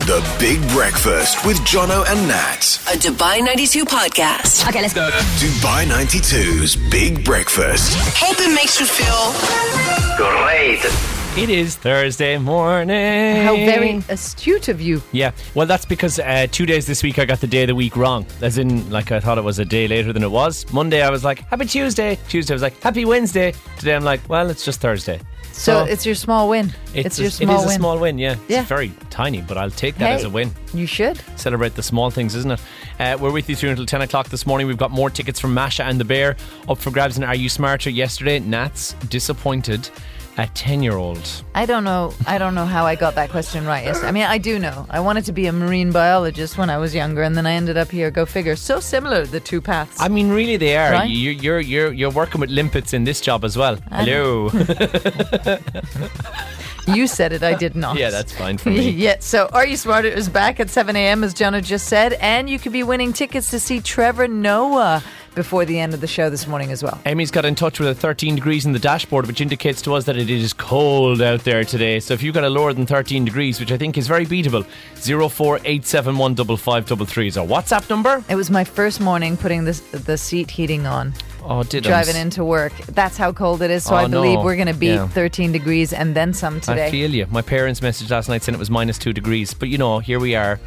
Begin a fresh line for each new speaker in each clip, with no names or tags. The Big Breakfast with Jono and Nat.
A Dubai 92 podcast.
Okay, let's go.
Dubai 92's Big Breakfast.
Hope it makes you feel
Great.
It is Thursday morning.
How very astute of you.
Yeah. Well, that's because uh, two days this week I got the day of the week wrong. As in, like, I thought it was a day later than it was. Monday I was like, Happy Tuesday. Tuesday I was like, Happy Wednesday. Today I'm like, Well, it's just Thursday.
So it's your small win. It's,
a-
your small
it is
win.
a small win, yeah.
Yeah.
It's very tiny, but I'll take that
Hey,
as a win.
You should.
Celebrate the small things, isn't it? Uh, we're with you through until 10 o'clock this morning. We've got more tickets from Masha and the Bear up for grabs. And Are You Smarter? Yesterday, Nat's disappointed a 10 year old.
I don't know. I don't know how I got that question right. Yes, I mean I do know. I wanted to be a marine biologist when I was younger, and then I ended up here. Go figure. So similar, the two paths.
I mean, really, they are.
Right?
You're, you're you're you're working with limpets in this job as well. Hello.
you said it. I did not.
yeah, that's fine for me.
yeah, so Are You Smarter is back at 7 a.m., as Jonah just said, and you could be winning tickets to see Trevor Noah before the end of the show this morning as well.
Amy's got in touch with a 13 degrees in the dashboard, which indicates to us that it is cold out there today. So if you've got a lower than 13 degrees, which I think is very beatable, 048715533 is our WhatsApp number.
It was my first morning putting this, the seat heating on.
Oh, did
driving into work. That's how cold it is. So
Oh,
I believe
no.
we're going to beat
Yeah.
13 degrees and then some today.
I feel you. My parents messaged last night saying it was minus two degrees, but you know, here we are,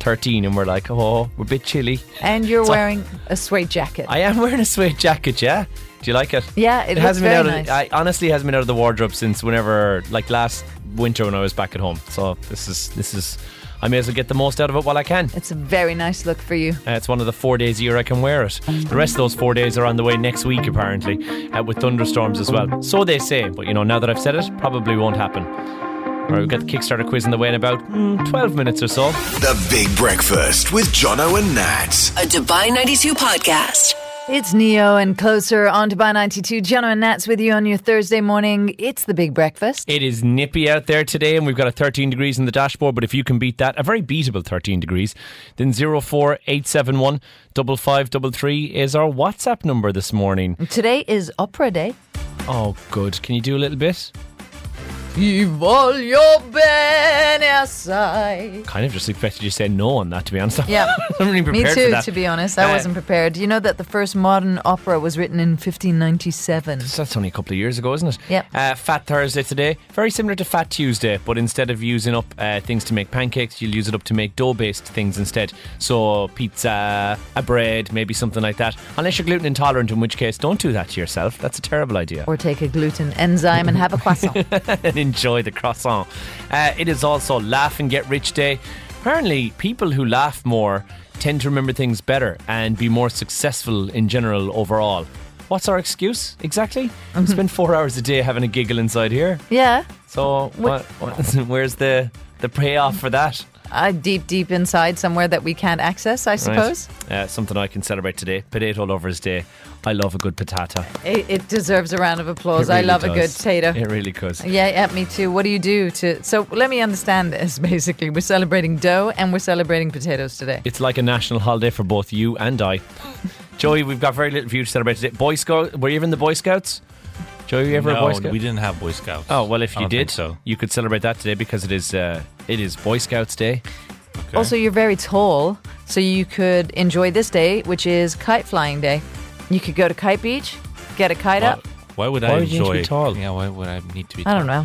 13, and we're like, oh, we're a bit chilly.
and you're
So-
wearing a suede jacket.
I am wearing a suede jacket, yeah. Do you like it?
Yeah, it looks
hasn't been
very
out.
nice.
Of, I honestly hasn't been out of the wardrobe since whenever, like last winter when I was back at home. So this is this is. I may as well get the most out of it while I can.
it's a very nice look for you.
Uh, it's one of the four days a year I can wear it. The rest of those four days are on the way next week, apparently, uh, with thunderstorms as well. So they say, but you know, now that I've said it, probably won't happen. All right, we've got the Kickstarter quiz in the way in about mm, 12 minutes or so.
The Big Breakfast with Jono and Nat.
a Dubai 92 podcast.
It's Neo and Closer on to Buy 92. Jenna and Nat's with you on your Thursday morning. It's the big breakfast.
It is nippy out there today, and we've got a 13 degrees in the dashboard. But if you can beat that, a very beatable 13 degrees, then 04871 5533 is our WhatsApp number this morning.
Today is Opera Day.
Oh, good. Can you do a little bit?
Y voglio bene assai.
Kind of just expected you to say no on that, to be honest.
Yeah.
I'm really
Me
prepared for
too,
that.
to be honest. I
Uh,
wasn't prepared. You know that the first modern opera was written in 1597.
So That's only a couple of years ago, isn't it?
Yep.
Uh, Fat Thursday today, very similar to Fat Tuesday, but instead of using up uh, things to make pancakes, you'll use it up to make dough-based things instead. So pizza, a bread, maybe something like that. Unless you're gluten intolerant, in which case, don't do that to yourself. That's a terrible idea.
Or take a gluten enzyme and have a croissant.
and enjoy the croissant. Uh, it is also Laugh and Get Rich Day. Apparently, people who laugh more tend to remember things better and be more successful in general overall. What's our excuse exactly?
Mm-hmm.
We spend four hours a day having a giggle inside here.
Yeah.
So what, what- where's the the payoff for that?
Uh, deep, deep inside somewhere that we can't access, I
Right.
suppose.
Uh, something I can celebrate today, Potato Lovers Day. I love a good potato.
It, it deserves a round of applause.
It
I
really
love a good
does.
potato.
It really could.
Yeah, yeah, me too. What do you do to. So let me understand this basically. We're celebrating dough and we're celebrating potatoes today.
It's like a national holiday for both you and I. Joey, we've got very little for you to celebrate today. Boy Scout, were you ever in the Boy Scouts? Joey, were you ever a
no,
Boy Scout?
we didn't have Boy Scouts.
Oh well, if
I
you
don't think
did,
so
you could celebrate that today because it is uh, it is Boy Scouts Day.
okay.
Also, you're very tall, so you could enjoy this day, which is kite flying day. You could go to Kite Beach, get a kite
why,
up.
why would
Why
I
would you need to
enjoy?
be tall?
Yeah, why would I need to be?
I
tall?
don't know.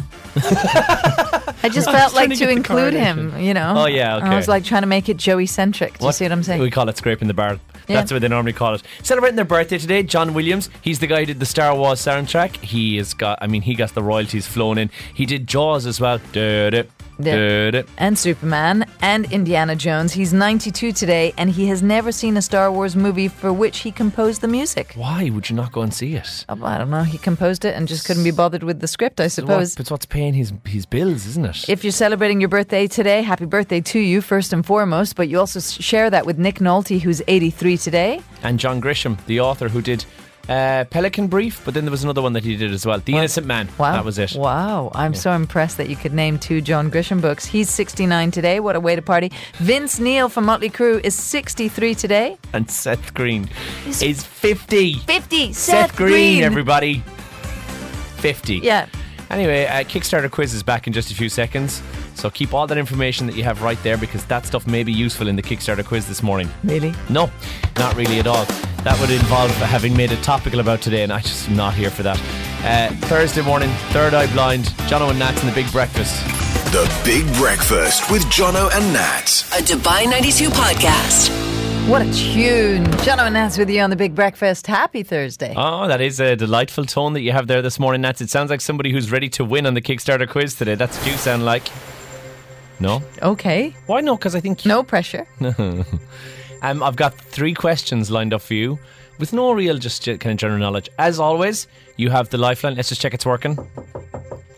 I just felt like
to
to,
get the
include him,
correlation.
you know?
Oh, yeah,
I
okay.
was like trying to make it Joey centric. Do you see what I'm saying?
We call it scraping the barrel.
Yeah.
That's what they normally call it. Celebrating their birthday today, John Williams. He's the guy who did the Star Wars soundtrack. He has got, I mean, he got the royalties flown in. He did Jaws as well. Du-du,
Yeah.
du-du.
and Superman and Indiana Jones. He's 92 today and he has never seen a Star Wars movie for which he composed the music.
Why would you not go and see it?
Oh, I don't know. He composed it and just couldn't be bothered with the script, I suppose.
It's what's paying his his bills, isn't it?
If you're celebrating your birthday today, happy birthday to you, first and foremost. But you also s- share that with Nick Nolte, who's 83 today.
and John Grisham, the author who did uh, Pelican Brief, but then there was another one that he did as well, The Innocent Man.
Wow.
that was it.
Wow. I'm so impressed that you could name two John Grisham books. He's 69 today. What a way to party. Vince Neil from Motley Crue is 63 today.
And Seth Green is fifty.
50. Seth,
Seth Green, everybody, fifty.
Yeah.
Anyway, uh, Kickstarter quiz is back in just a few seconds. So keep all that information that you have right there because that stuff may be useful in the Kickstarter quiz this morning.
Really?
No, not really at all. That would involve having made it topical about today, and I just am not here for that. Uh, Thursday morning, Third Eye Blind, John and Nats and the Big Breakfast.
The Big Breakfast with Jono and Nat.
A Dubai 92 podcast.
What a tune. Jono and Nats with you on the Big Breakfast. Happy Thursday.
Oh, that is a delightful tone that you have there this morning, Nats. It sounds like somebody who's ready to win on the Kickstarter quiz today. That's what you sound like. No?
Okay.
Why not? Because I think
No pressure.
Um, I've got three questions lined up for you with no real just ge- kind of general knowledge. As always, you have the lifeline. Let's just check it's working.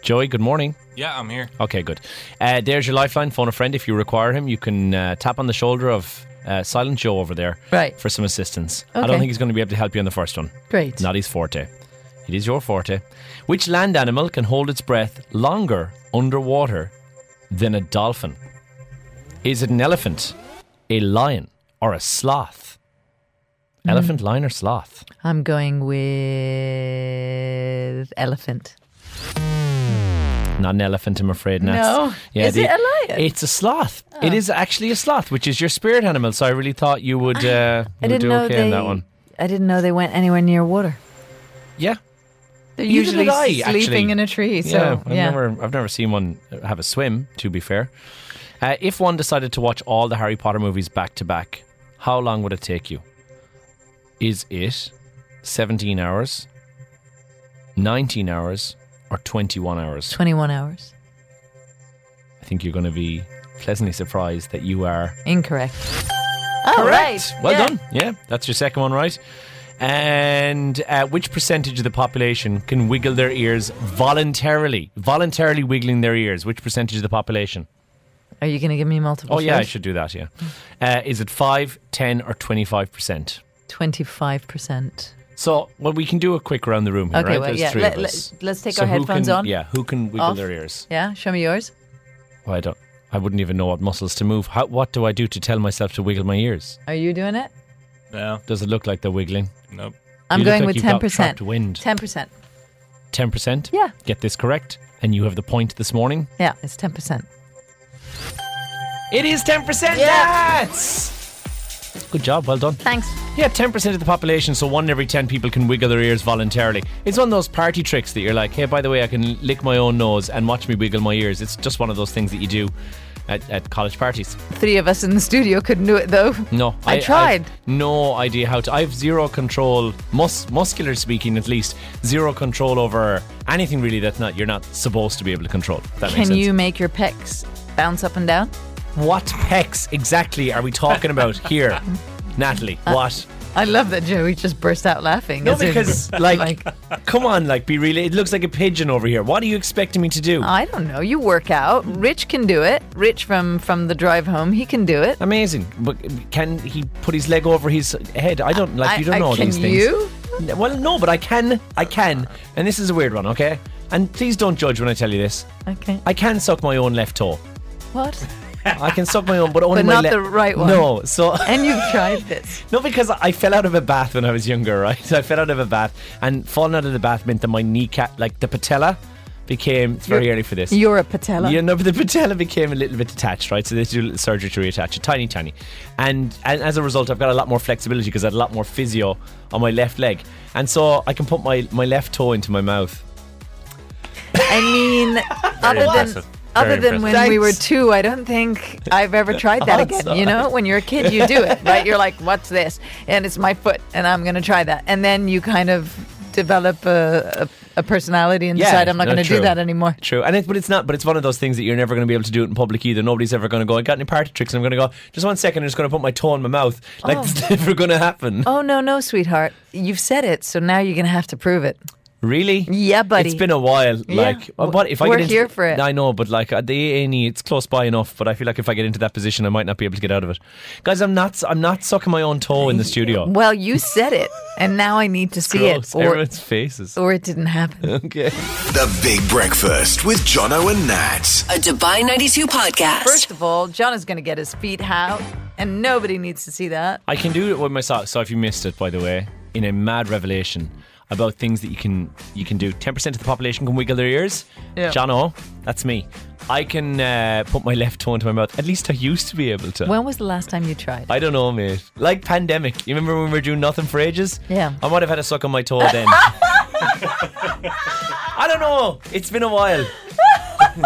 Joey, good morning.
Yeah, I'm here.
Okay, good. Uh, there's your lifeline. Phone a friend if you require him. You can uh, tap on the shoulder of uh, Silent Joe over there
Right.
for some assistance. I
Okay.
don't think he's going to be able to help you on the first one.
Great.
Not his forte. It is your forte. Which land animal can hold its breath longer underwater than a dolphin? Is it an elephant, a lion, or a sloth?
Hmm.
Elephant, lion, or sloth?
I'm going with elephant.
Not an elephant, I'm afraid. Nats.
No. Is it a lion? Oh.
It's a sloth. It is actually a sloth, which is your spirit animal. So I really thought you would, uh, you
I
would
didn't
do
know
okay
they.
on that one.
I didn't know they went anywhere near water.
Yeah.
They're
Neither
usually
did I, actually.
sleeping in a tree. So
yeah, I've
yeah.
never, I've never seen one have a swim. To be fair, uh, if one decided to watch all the Harry Potter movies back to back, how long would it take you? Is it seventeen hours, nineteen hours, or twenty-one hours?
21 hours.
I think you're going to be pleasantly surprised that you are
Incorrect. Oh,
correct.
right.
Well
Yeah.
done. Yeah, that's your second one right. And uh, which percentage of the population can wiggle their ears voluntarily? Voluntarily wiggling their ears. Which percentage of the population?
Are you going to give me multiple
Oh, yeah, I
choice?
should do that, yeah. Uh, is it 5, 10, or 25%?
25%.
So, well, we can do a quick round the room here,
Okay,
right?
well,
There's
yeah,
three
let-
of us.
let- let's take
So
our
who
headphones
can-
on.
Yeah, who can wiggle
Off.
their ears?
Yeah, show me yours.
Well, I don't. I wouldn't even know what muscles to move. How, what do I do to tell myself to wiggle my ears?
Are you doing it?
No,
Does it look like they're wiggling?
nope.
I'm
You look
going
like
with
you've got
10%.
trapped wind.
10%.
10%?
Yeah.
Get this correct, and you have the point this morning.
Yeah, it's 10%.
It is 10%!
Yeah.
Yes! Good job, well done.
Thanks.
Yeah, 10% of the population, so one in every 10 people can wiggle their ears voluntarily. It's one of those party tricks that you're like, hey, by the way, I can lick my own nose and watch me wiggle my ears. It's just one of those things that you do at, at college parties.
Three of us in the studio couldn't do it, though.
No,
I
I've
tried.
no idea how to. I have zero control, mus- muscular speaking at least, zero control over anything really that's not you're not supposed to be able to control. If that makes
Can
sense.
you make your pecs bounce up and down?
What pecs exactly are we talking about here, Natalie?
Uh,
What?
I love that Joey just burst out laughing.
No,
as if-
because like, come on, like, be really. It looks like a pigeon over here. What are you expecting me to do?
I don't know. You work out. Rich can do it. Rich from from the drive home, he can do it.
Amazing, but can he put his leg over his head? I don't like.
I-
you don't
I-
know all
can
these things.
you?
N- Well, no, but I can. I can, and this is a weird one. Okay, and please don't judge when I tell you this.
Okay.
I can suck my own left toe.
What?
I can suck my own, but only
But
my
not
le-
the right one.
No, so
And you've tried this.
No, because I fell out of a bath when I was younger, right? So I fell out of a bath, and falling out of the bath meant that my kneecap, like the patella, became. It's very
You're-
early for this.
You're a patella.
Yeah, no, but the patella became a little bit detached, right? So they had to do a little surgery to reattach it, tiny, tiny. And, and as a result, I've got a lot more flexibility because I had a lot more physio on my left leg. And so I can put my, my left toe into my mouth.
I mean, other than
impressive.
other
Very
than when we
impressive.
were two, I don't think I've ever tried that
That's
again. You know, when you're a kid, you do it, right? You're like, "What's this?" And it's my foot, and I'm going to try that. And then you kind of develop a, a, a personality and decide I'm not
no,
going to do
true.
that anymore.
True, and it, but it's not. But it's one of those things that you're never going to be able to do it in public either. Nobody's ever going to go. I got any party tricks. And I'm going to go. Just one second. I'm just going to put my toe in my mouth. Like it's never going to happen.
Oh no, no, sweetheart, you've said it, so now you're going to have to prove it.
Really?
Yeah, buddy.
It's been a while.
Yeah.
Like, uh, but if I
We're
get into,
here for it.
I know, but like at the A&E, it's close by enough. But I feel like if I get into that position, I might not be able to get out of it. Guys, I'm not. I'm not sucking my own toe in the studio.
Well, you said it, and now I need to see
Gross.
it, or,
Everyone's faces.
or it didn't happen.
Okay.
The Big Breakfast with Jono and Nat.
A Dubai 92 podcast.
First of all, John is going to get his feet out, and nobody needs to see that.
I can do it with my socks. So if you missed it, by the way, in a mad revelation, about things that you can you can do. Ten percent of the population can wiggle their ears.
Yeah.
John O, that's me. I can uh, put my left toe into my mouth. At least I used to be able to.
When was the last time you tried?
I don't know, mate. Like pandemic. You remember when we were doing nothing for ages?
Yeah.
I might have had a suck on my toe then. I don't know. It's been a while.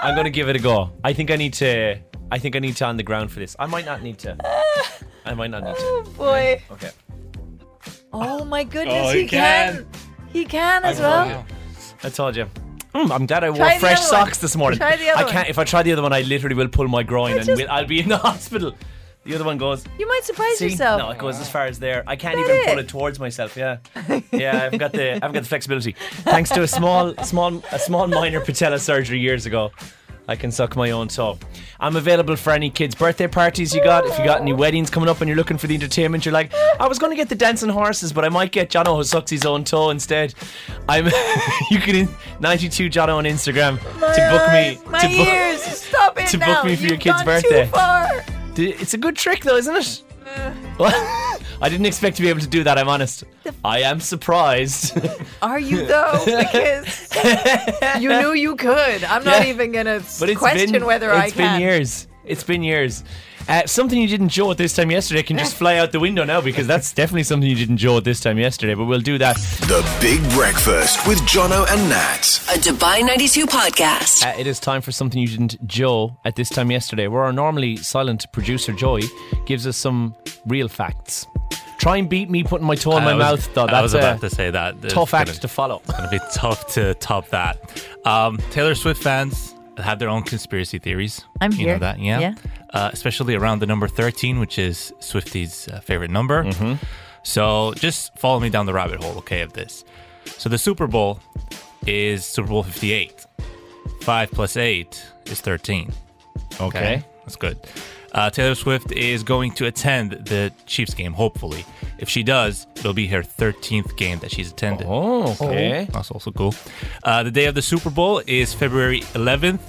I'm gonna give it a go. I think I need to. I think I need to on the ground for this. I might not need to. I might not need to.
oh boy!
Okay.
Oh my goodness,
Oh,
he,
he
can. He can as well.
I told you. Mm, I'm glad I wore
Try the
fresh
other one.
socks this morning.
Try the other
I can't.
one.
If I try the other one, I literally will pull my groin and
just-
will, I'll be in the hospital. The other one goes.
You might surprise
See?
yourself.
No, it goes as far as there. I can't
Is
even
that
pull
it?
it towards myself. Yeah, yeah. I've got the I've got the flexibility. Thanks to a small, small, a small minor patella surgery years ago, I can suck my own toe. I'm available for any kids' birthday parties you got. If you got any weddings coming up and you're looking for the entertainment, you're like, I was going to get the dancing horses, but I might get Jono who sucks his own toe instead. I'm. you can in, 92 Jono on Instagram to book
eyes,
me.
my
to book,
ears. Stop it
to book
now.
me for your
You've
kid's
gone
birthday.
Too far.
D- It's a good trick, though, isn't it?
Uh.
What? I didn't expect to be able to do that. I'm honest. I am surprised.
Are you though? Because you knew you could. I'm not
Yeah.
even gonna
But it's
question
been
whether I
it's been
can.
years. It's been years. Uh, something you didn't show at this time yesterday can just fly out the window now because that's definitely something you didn't show at this time yesterday. But we'll do that.
The Big Breakfast with Jono and Nat.
A Dubai 92 podcast.
Uh, it is time for something you didn't Joe at this time yesterday, where our normally silent producer Joey gives us some real facts. Try and beat me putting my toe in my
I was-
mouth, though. That's
I was
a
about to say that. It's
tough
gonna-
act to follow.
It's gonna be tough to top that. Um, Taylor Swift fans have their own conspiracy theories.
I'm
you
here.
Know that, yeah.
Yeah.
Uh, especially around the number thirteen, which is Swifty's uh, favorite number.
Mm-hmm.
So just follow me down the rabbit hole, okay? Of this. So the Super Bowl is Super Bowl fifty-eight. Five plus eight is thirteen.
Okay.
That's good. Uh, Taylor Swift is going to attend the Chiefs game, hopefully. If she does, it'll be her 13th game that she's attended.
Oh, okay.
That's also cool. Uh, the day of the Super Bowl is February 11th.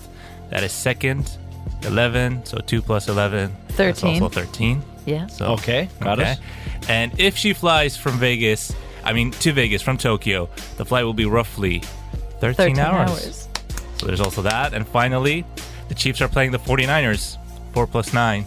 That is second, 11. So 2 plus 11. That's
13.
also 13.
Yeah.
So,
Okay, got it.
And if she flies from Vegas, I mean, to Vegas from Tokyo, the flight will be roughly 13,
13
hours. So there's also that. And finally, the Chiefs are playing the 49ers. 4 plus 9.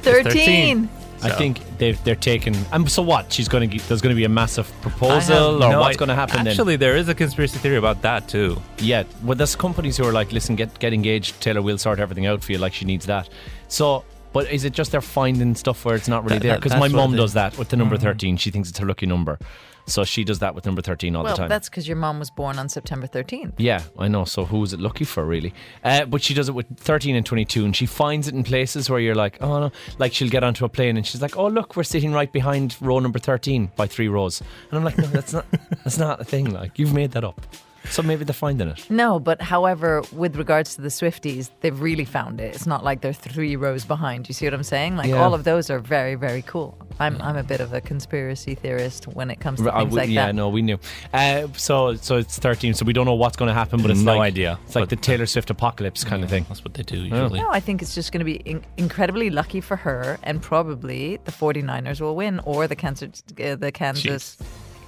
Thirteen.
I
So-
think they've, they're taking. And so what? She's going to. There's going to be a massive proposal, or what's going to happen
Actually, Actually, there is a conspiracy theory about that too.
then? Yeah. Well, there's companies who are like, listen, get get engaged. Taylor will sort everything out for you. Like she needs that. So, but is it just they're finding stuff where it's not really
That-
there?
that-
Because
that's
my
what
mum
they-
does that with the number thirteen. She thinks it's her lucky number, so she does that with number thirteen all
Well,
the time.
that's because your mom was born on September 13th.
Yeah, I know. So who is it lucky for, really? Uh, but she does it with 13 and 22, and she finds it in places where you're like, oh no. Like she'll get onto a plane and she's like, oh look, we're sitting right behind row number 13 by three rows, and I'm like, no, that's not, that's not a thing. Like you've made that up. So maybe they're finding it.
No, but however, with regards to the Swifties, they've really found it. It's not like they're three rows behind. You see what I'm saying? Like
Yeah. Mm.
all of those are very, very cool. I'm, I'm a bit of a conspiracy theorist when it comes to
I
things
would-
like
yeah,
that.
no, we knew. Uh, so so it's 13, so we don't know what's going to happen, but it's
No
like,
idea.
It's like
But-
the Taylor Swift apocalypse kind of thing.
That's what they do
Oh.
usually.
No, I think it's just going to be in- incredibly lucky for her, and probably the 49ers will win or the Kansas, uh, the Kansas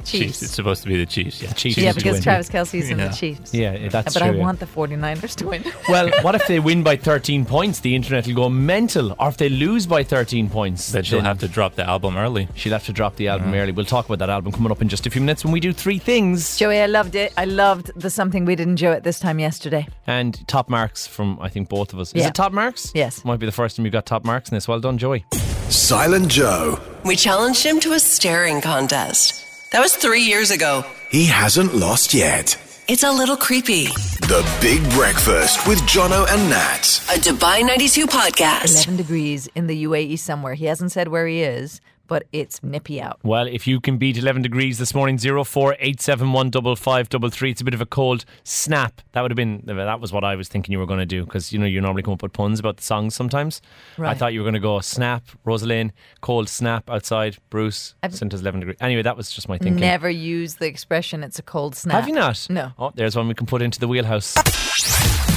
Chiefs.
Chiefs. It's supposed to be the Chiefs. Yeah,
Chiefs.
yeah,
to
because
win.
Travis Kelsey's in
Yeah.
the Chiefs.
Yeah, yeah, that's
but
true.
I
yeah.
want the 49ers to win.
Well, what if they win by 13 points? The internet will go mental. Or if they lose by 13 points,
Then she'll have to drop the album early.
She'll have to drop the album early. We'll talk about that album coming up in just a few minutes when we do three things
Joey, I loved it. I loved the something we didn't do at this time yesterday.
and top marks from I think both of us. Is
Yeah.
it top marks?
Yes.
Might be the first time you've got top marks in this. Well done, Joey.
Silent Joe.
We challenged him to a staring contest. That was three years ago.
He hasn't lost yet.
It's a little creepy.
The Big Breakfast with Jono and Nat.
A Dubai 92 podcast.
11 degrees in the UAE somewhere. He hasn't said where he is, but it's nippy out.
Well, if you can beat 11 degrees this morning, 048715533. It's a bit of a cold snap. That would have been, that was what I was thinking you were going to do because, you know, you normally come up with puns about the songs sometimes. I
Right.
thought you were going to go snap, Rosaline, cold snap outside, Bruce, sent us 11 degrees. Anyway, that was just my thinking.
Never use the expression it's a cold snap.
Have you not?
No.
Oh, there's one we can put into the wheelhouse.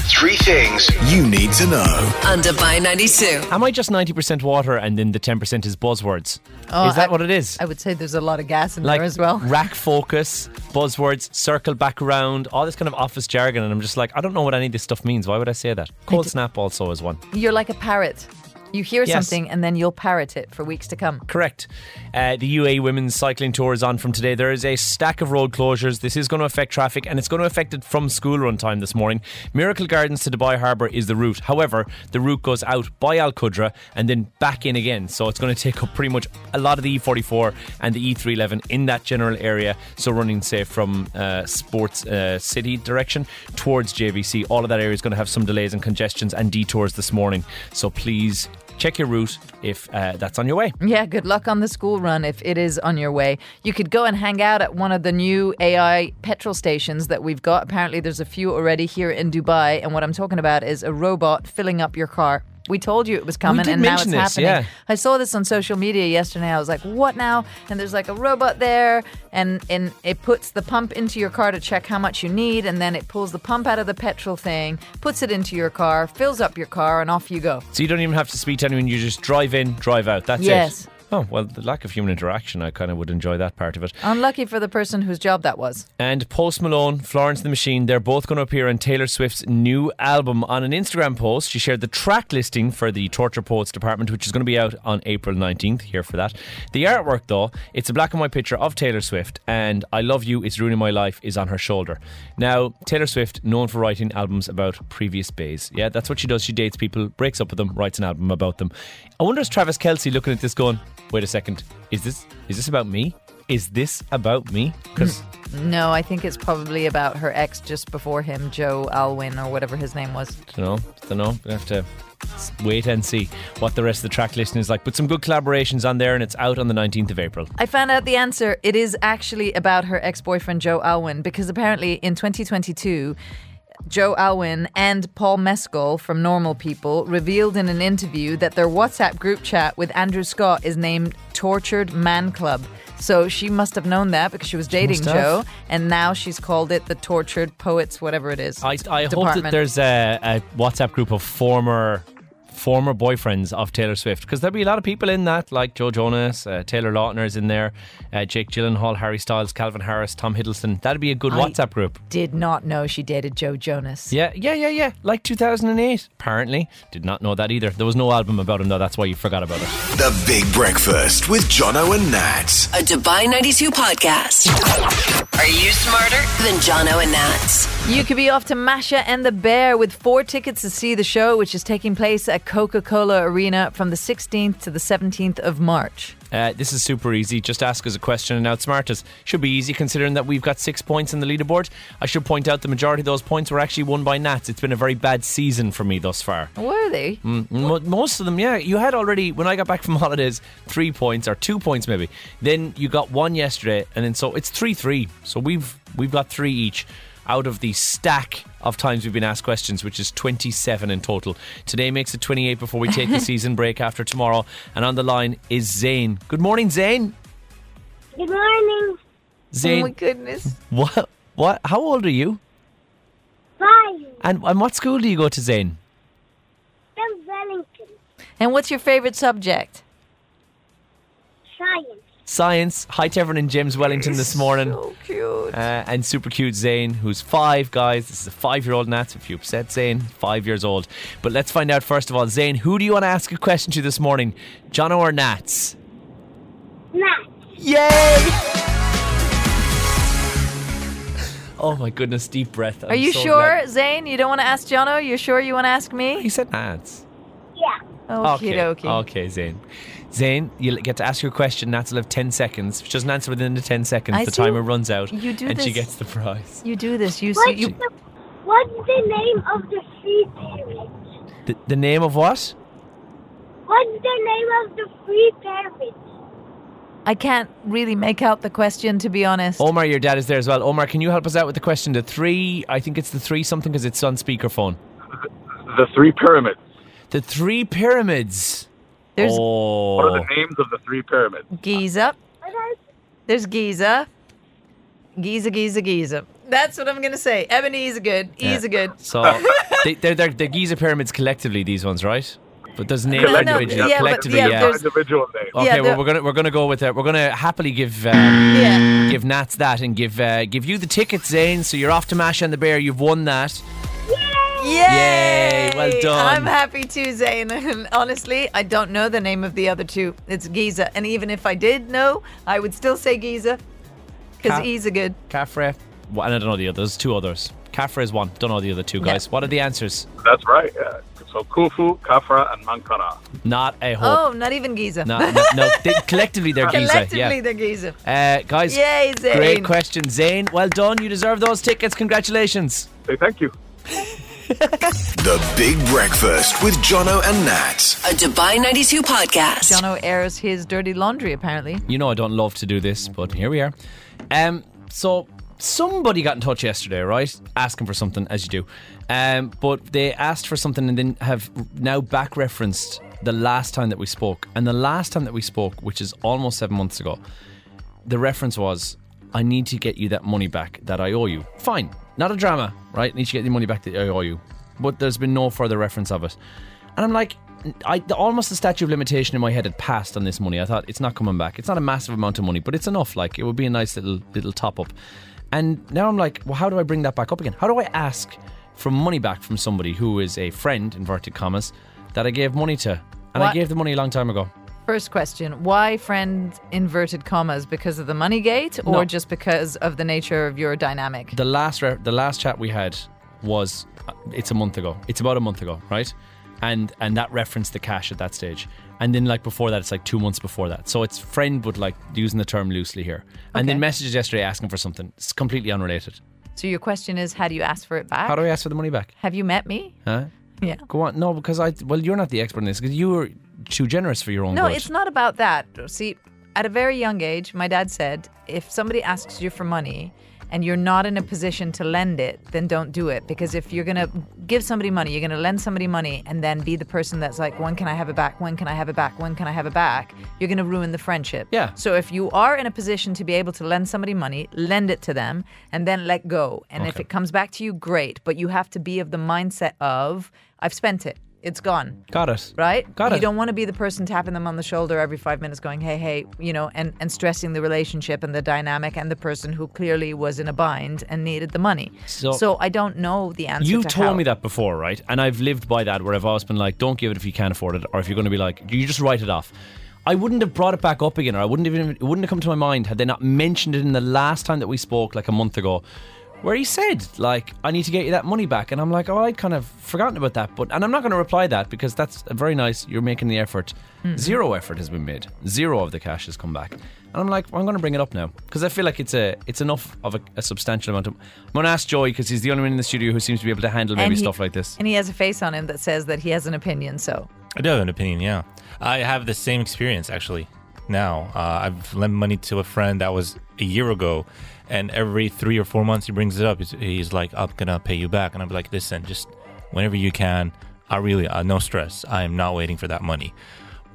Three things
You need to know.
on Divine 92.
Am I just 90% water and then the 10% is buzzwords?
Oh,
is that
I-
what it is?
I would say there's a lot of gas in
like
there as well.
rack focus, buzzwords, circle back around, all this kind of office jargon. And I'm just like, I don't know what any of this stuff means. Why would I say that? Cold snap also is one.
You're like a parrot. You hear
Yes.
something and then you'll parrot it for weeks to come.
Correct. Uh, the UAE Women's Cycling Tour is on from today. There is a stack of road closures. This is going to affect traffic and it's going to affect it from school run time this morning. Miracle Gardens to Dubai Harbour is the route. However, the route goes out by Al Qudra and then back in again. So it's going to take up pretty much a lot of the E44 and the E311 in that general area. So running, say, from uh, Sports uh, City direction towards JVC. All of that area is going to have some delays and congestions and detours this morning. So please check your route if uh, that's on your way.
Yeah, good luck on the school run if it is on your way. You could go and hang out at one of the new AI petrol stations that we've got. Apparently, there's a few already here in Dubai. And what I'm talking about is a robot filling up your car. We told you it was coming,
did
and now it's
mention this,
happening.
yeah.
I saw this on social media yesterday. I was like, "What now?" And there's like a robot there, and and it puts the pump into your car to check how much you need, and then it pulls the pump out of the petrol thing, puts it into your car, fills up your car, and off you go.
So you don't even have to speak to anyone. You just drive in, drive out. That's
Yes.
it. Oh, well, the lack of human interaction, I kind of would enjoy that part of it.
Unlucky for the person whose job that was.
And Post Malone, Florence and the Machine, they're both going to appear on Taylor Swift's new album. On an Instagram post, she shared the track listing for the Torture Poets Department, which is going to be out on April 19th. Here for that. The artwork, though, it's a black and white picture of Taylor Swift, and I Love You, It's Ruining My Life is on her shoulder. Now, Taylor Swift, known for writing albums about previous bays. Yeah, that's what she does. She dates people, breaks up with them, writes an album about them. I wonder is Travis Kelsey looking at this going, wait a second, is this is this about me? Is this about me? Because.
No, I think it's probably about her ex just before him, Joe Alwyn or whatever his name was.
don't know. Don't know. We have to s- wait and see what the rest of the track listing is like. But some good collaborations on there, and it's out on the 19th of April.
I found out the answer. It is actually about her ex boyfriend, Joe Alwyn, because apparently in 2022, Joe Alwyn and Paul Mescal from Normal People revealed in an interview that their WhatsApp group chat with Andrew Scott is named Tortured Man Club. So she must have known that because she was dating
must have.
Joe, and now she's called it the Tortured Poets, whatever it is.
I, I hope that
department.
there's a, a WhatsApp group of former former boyfriends of Taylor Swift because there'll be a lot of people in that, like Joe Jonas, uh, Taylor Lautner's in there, uh, Jake Gyllenhaal, Harry Styles, Calvin Harris, Tom Hiddleston. That'd be a good WhatsApp group.
Did not know she dated Joe Jonas.
Yeah, yeah, yeah, yeah. Like 2008, apparently. Did not know that either. There was no album about him, though. That's why you forgot about it.
The Big Breakfast with Jono and Nat.
A Dubai 92 podcast. Are you smarter than Jono and Nats?
You could be off to Masha and the Bear with four tickets to see the show, which is taking place at Coca Cola Arena from the 16th to the 17th of March.
Uh, this is super easy. Just ask us a question and outsmart us. Should be easy considering that we've got six points in the leaderboard. I should point out the majority of those points were actually won by Nats. It's been a very bad season for me thus far.
Were they?
Mo- Most of them, yeah. You had already, when I got back from holidays, three points or two points maybe. Then you got one yesterday, and then so it's three three. So we've we've got three each out of the stack of times we've been asked questions, which is 27 in total. Today makes it 28 before we take the season break after tomorrow. And on the line is Zane. Good morning, Zane.
Good morning.
Oh my
Zane,
goodness.
what? What? How old are you?
Hi,
And and what school do you go to, Zane?
I'm Wellington.
And what's your favorite subject?
Science.
Science. Hi to everyone in James Wellington this morning.
So cute.
Uh, and super cute Zane, who's five, guys. This is a five year old Nats. If you upset Zane, five years old. But let's find out first of all, Zane, who do you want to ask a question to this morning? Jono or Nats?
Math.
Yay! Oh my goodness, deep breath.
Are you sure, Zane? You don't want to ask Jono? You're sure you want to ask
He
me?
said Nats.
Yeah.
Okie dokie.
Okay, okay, Zane. Zane, you get to ask your question. Nats will have 10 seconds. If she doesn't answer within the 10 seconds,
I
the
do-
timer runs out.
you do
And she
this-
gets the prize.
You do this. You,
What's,
you
the, what's the name of the free pyramid?
The, the name of what?
What's the name of the free pyramid?
I can't really make out the question to be honest.
Omar, your dad is there as well. Omar, can you help us out with the question? The three, I think it's the three something because it's on speakerphone.
The three pyramids.
The three pyramids.
There's
What are
oh,
the names of the three pyramids?
Giza.
What are,
There's Giza. Giza, Giza, Giza. That's what I'm gonna say. Ebony's good. E's
Yeah.
a good.
So they, they're, they're, they're Giza pyramids collectively, these ones, right? But there's names
No,
for
no,
individually.
yeah, but-
collectively,
yeah,
yeah.
there's-
individual name.
Okay,
yeah,
well
there-
we're gonna we're gonna go with that. We're gonna happily give uh,
Yeah.
give Nats that and give uh, give you the ticket, Zane. So you're off to Mash and the Bear. You've won that.
Yay!
Yay, well done.
I'm happy too, Zayn. And honestly, I don't know the name of the other two. It's Giza. And even if I did know, I would still say Giza. Because
Cat.
E's a good.
Kafre. Well, and I don't know the others. Two others. Kafre is one. Don't know the other two guys. What are the answers?
That's right. Yeah. So Khufu, Kafra, and Mankara.
Not a hope.
Oh, not even Giza.
No, no, no. They, collectively they're Giza.
Collectively,
Yeah.
they're Giza.
Uh, guys,
Yay, Zane.
great question, Zane. Well done. You deserve those tickets. Congratulations.
Say thank you.
The Big Breakfast with Jono and Nat.
A Dubai 92 podcast.
Jono airs his dirty laundry, apparently.
You know I don't love to do this, but here we are. Um, so somebody got in touch yesterday, right? Asking for something, as you do. Um, but they asked for something and then have now back referenced the last time that we spoke. And the last time that we spoke, which is almost seven months ago, the reference was, I need to get you that money back that I owe you. Fine, not a drama, right? need to get the money back that I owe you. But there's been no further reference of it. And I'm like, I, the- almost the statute of limitation in my head had passed on this money. I thought it's not coming back. It's not a massive amount of money, but it's enough. Like it would be a nice little little top up. And now I'm like, well, how do I bring that back up again? How do I ask for money back from somebody who is a friend, inverted commas, that I gave money to? And I
What?
gave the money a long time ago.
First question Why friend inverted commas? Because of the money gate or
No.
just because of the nature of your dynamic?
the last re- the last chat we had was uh, it's a month ago. It's about a month ago, right? And and that referenced the cash at that stage. And then like before that, it's like two months before that. So it's friend, but like using the term loosely here. And then
Okay.
messages yesterday asking for something. It's completely unrelated.
so your question is how do you ask for it back?
How do I ask for the money back?
Have you met me?
Huh?
Yeah.
Go on. No, because I well, you're not the expert in this because you were too generous for your own.
No,
good.
it's not about that. See, at a very young age, my dad said if somebody asks you for money and you're not in a position to lend it, then don't do it. Because if you're going to give somebody money, you're going to lend somebody money and then be the person that's like, when can I have it back? When can I have it back? When can I have it back? You're going to ruin the friendship.
Yeah.
So if you are in a position to be able to lend somebody money, lend it to them and then let go. And if
Okay.
it comes back to you, great. But you have to be of the mindset of, I've spent it, it's gone
got it.
right?
Got
you
it.
don't want to be the person tapping them on the shoulder every five minutes, going, "Hey, hey," you know, and and stressing the relationship and the dynamic and the person who clearly was in a bind and needed the money.
So-
So, I don't know the answer.
You've
to
told
how.
me that before, right? And I've lived by that where I've always been like, don't give it if you can't afford it, or if you're going to be like, you just write it off. I wouldn't have brought it back up again, or I wouldn't even, it wouldn't have come to my mind had they not mentioned it in the last time that we spoke, like a month ago, where he said, like, I need to get you that money back. And I'm like, oh, I'd kind of forgotten about that. But, and I'm not going to reply that because that's very nice. You're making the effort. Zero effort has been made. Zero of the cash has come back. And I'm like, well, I'm going to bring it up now because I feel like it's a, it's enough of a, a substantial amount of, I'm going to ask Joey because he's the only one in the studio who seems to be able to handle maybe
And he-
stuff like this.
And he has a face on him that says that he has an opinion. So
I do have an opinion, yeah. I have the same experience actually now. Uh, I've lent money to a friend that was a year ago, and every three or four months he brings it up. He's, he's like, I'm gonna pay you back. And I'm like, listen, just whenever you can, I really, uh, no stress. I am not waiting for that money.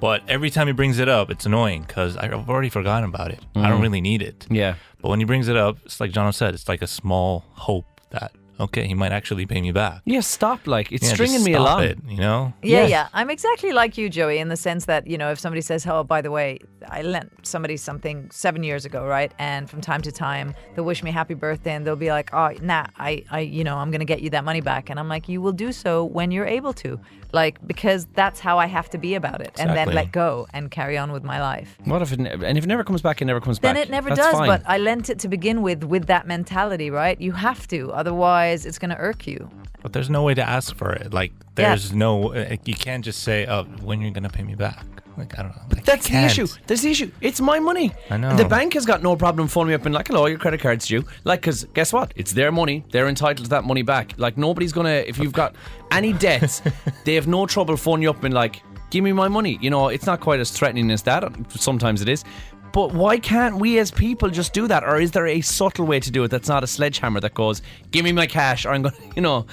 But every time he brings it up, it's annoying because I've already forgotten about it. I don't really need it.
Yeah.
But when he brings it up, it's like John said, it's like a small hope that, okay, he might actually pay me back.
Yeah, stop. Like, it's
Yeah, just
stringing me
stop
along.
it, you know?
yeah,
Yeah.
yeah, I'm exactly like you, Joey, in the sense that you know, if somebody says, "Oh, by the way, I lent somebody something seven years ago, right?" and from time to time they'll wish me happy birthday and they'll be like, "Oh, nah, I, I, you know, I'm gonna get you that money back," and I'm like, "You will do so when you're able to, like, because that's how I have to be about it, and then
Exactly.
let go and carry on with my life."
What if it, ne- and if it never comes back, it never comes
Then
back.
it never
That's
does,
fine.
but I lent it to begin with, with that mentality, right? You have to, otherwise it's gonna irk you.
But there's no way to ask for it. Like
Yeah.
there's no, uh, you can't just say, "Oh, when you're gonna pay me back?" Like I don't know. Like,
That's
you
the
can't.
issue. That's the issue. It's my money.
I know.
The bank has got no problem phoning me up and like, hello, your credit card's due. Like, because guess what? It's their money. They're entitled to that money back. Like, nobody's going to, if you've got any debts, they have no trouble phoning you up and like, give me my money. You know, it's not quite as threatening as that. Sometimes it is. But why can't we as people just do that? Or is there a subtle way to do it that's not a sledgehammer that goes, give me my cash or I'm going to, you know,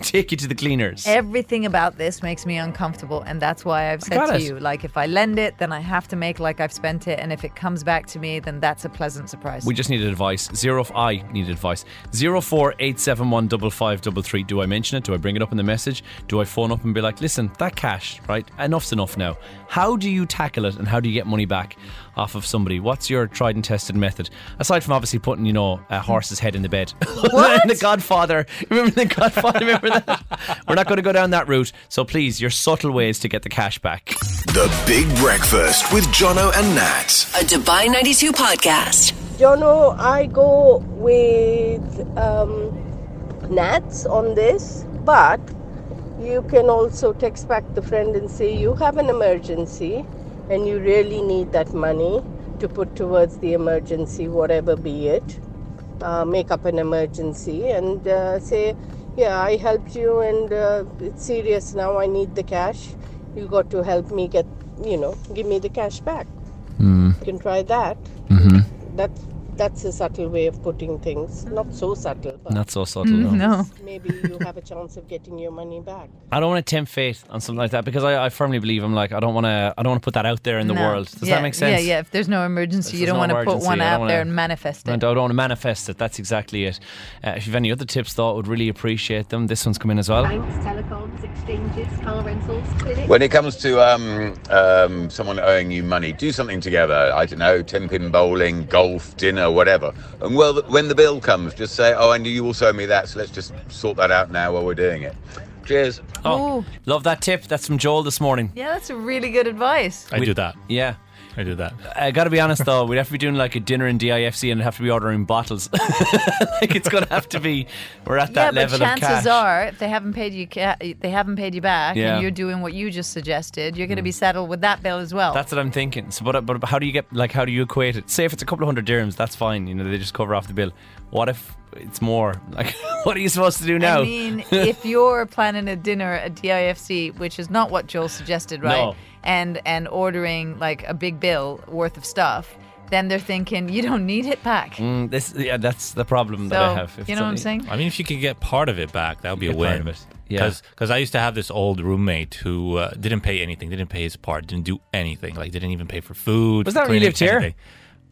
take you to the cleaners?
Everything about this makes me uncomfortable, and that's why I've said
got
to
it.
you, like, if I lend it, then I have to make like I've spent it, and if it comes back to me, then that's a pleasant surprise.
We just needed advice. Zero. I need advice. Zero four eight seven one double five double three. Do I mention it? Do I bring it up in the message? Do I phone up and be like, listen, that cash, right? Enough's enough now. How do you tackle it, and how do you get money back off of somebody? What's your tried and tested method aside from obviously putting, you know, a horse's head in the bed? What? the Godfather. Remember the Godfather? Remember that? We're not going to go down that route. So please, your subtle ways to get the cash back.
The Big Breakfast with Jono and Nat.
A Dubai 92 podcast.
Jono, I go with um, Nats on this, but you can also text back the friend and say you have an emergency and you really need that money to put towards the emergency, whatever be it. Uh, make up an emergency and uh, say, Yeah, I helped you and uh, it's serious now, I need the cash. You got to help me get, you know, give me the cash back. You can try that. That that's a subtle way of putting things. Not so subtle, but
Not so subtle. no.
no.
maybe you have a chance of getting your money back.
I don't want to tempt fate on something like that because I, I firmly believe I'm like I don't want to I don't want to put that out there in the
No.
world. Does
Yeah,
that make sense?
Yeah, yeah. If there's no emergency,
If
you
there's
don't
no
want to put
emergency,
one
I don't
out
wanna-
there and manifest
I
it.
don't want to manifest it. That's exactly it. Uh, if you've any other tips, though, I would really appreciate them. This one's come in as well.
Banks, telecoms, exchanges, car rentals, clinics.
When it comes to um, um, someone owing you money, do something together. I don't know, ten pin bowling, golf, dinner, whatever. And well, when the bill comes, just say, "Oh, and you also owe me that, so let's just sort that out now while we're doing it." Cheers.
Oh,
Ooh.
love that tip. That's from Joel this morning.
Yeah, that's a really good advice.
I do that.
Yeah.
I do that.
I got to be honest though, we'd have to be doing like a dinner in DIFC and have to be ordering bottles. like it's going to have to be we're at that
yeah,
level
but chances
of cash.
are, if they haven't paid you, ca- they haven't paid you back,
Yeah. Mm.
and you're doing what you just suggested, you're going to be saddled with that bill as well.
That's what I'm thinking. So, but, but how do you get like how do you equate it? Say if it's a couple of hundred dirhams, that's fine. You know, they just cover off the bill. What if it's more? Like, what are you supposed to do now?
I mean, if you're planning a dinner at DIFC, which is not what Joel suggested, right?
No.
And and ordering like a big bill worth of stuff, then they're thinking you don't need it back.
Mm, this, yeah, that's the problem
so
that I have. If
you know what I'm
somebody-
saying?
I mean, if you could get part of it back, that would be a
Get part
win.
of it, yeah.
Because I used to have this old roommate who uh, didn't pay anything, didn't pay his part, didn't do anything, like didn't even pay for food.
Was that when you
cleaning,
lived here?
anything.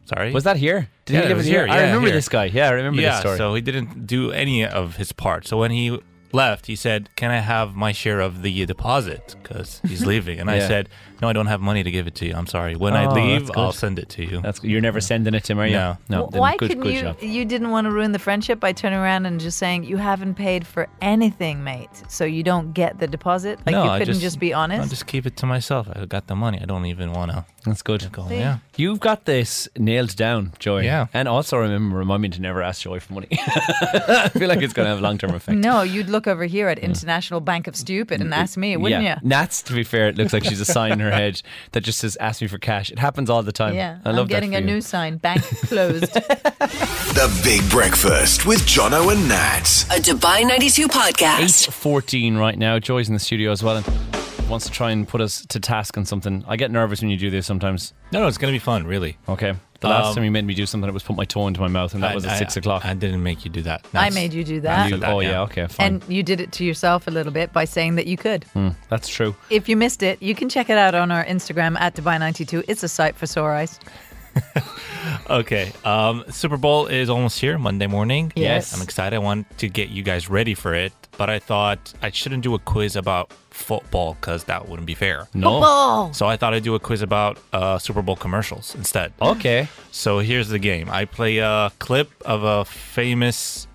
Sorry,
Was that here? Did
Yeah,
he
it
live
was
here?
here,
I
yeah,
remember
here.
this guy. Yeah, I remember
yeah,
this story.
so he didn't do any of his part. So when he left, he said, "Can I have my share of the deposit?" Because he's leaving, and
Yeah.
I said, "No, I don't have money to give it to you. I'm sorry. When
Oh,
I leave,
that's good.
I'll send it to you."
That's you're never sending it to him, are you?
No.
no.
Well,
then
Why
good,
couldn't
good
you?
job.
You didn't want to ruin the friendship by turning around and just saying you haven't paid for anything, mate. So you don't get the deposit. Like
no,
you
I
couldn't just, be honest.
I'll just keep it to myself. I got the money. I don't even want to
That's good.
go. Yeah.
You've got this nailed down, Joy.
Yeah.
And also remember, remind me to never ask Joy for money. I feel like it's going to have a long term effect.
no, you'd look over here at International Bank of Stupid and ask me, wouldn't
Mm. yeah.
you?
Nats, to be fair, it looks like she's a sign in her head that just says, ask me for cash. It happens all the time.
Yeah,
I love
am getting
that.
a
for you.
new sign. Bank closed.
The Big Breakfast with Jono and Nat.
A Dubai 92 podcast.
8.14 right now. Joy's in the studio as well and wants to try and put us to task on something. I get nervous when you do this sometimes.
No, no, it's gonna be fun. Really.
Okay. The last
Um,
time you made me do something, it was put my toe into my mouth, and that was at
I-
six o'clock.
I didn't make you do that.
I
That's-
made you do that.
You-
said that,
oh, yeah.
yeah.
okay, fine. Hmm.
And you did it to yourself a little bit by saying that you could.
That's true.
If you missed it, you can check it out on our Instagram at Dubai92. It's a site for sore eyes.
Okay. Um, Super Bowl is almost here, Monday morning.
Yes.
I'm excited. I want to get you guys ready for it, but I thought I shouldn't do a quiz about football because that wouldn't be fair.
No.
Football.
So I thought I'd do a quiz about uh, Super Bowl commercials instead.
Okay.
So here's the game. I play a clip of a famous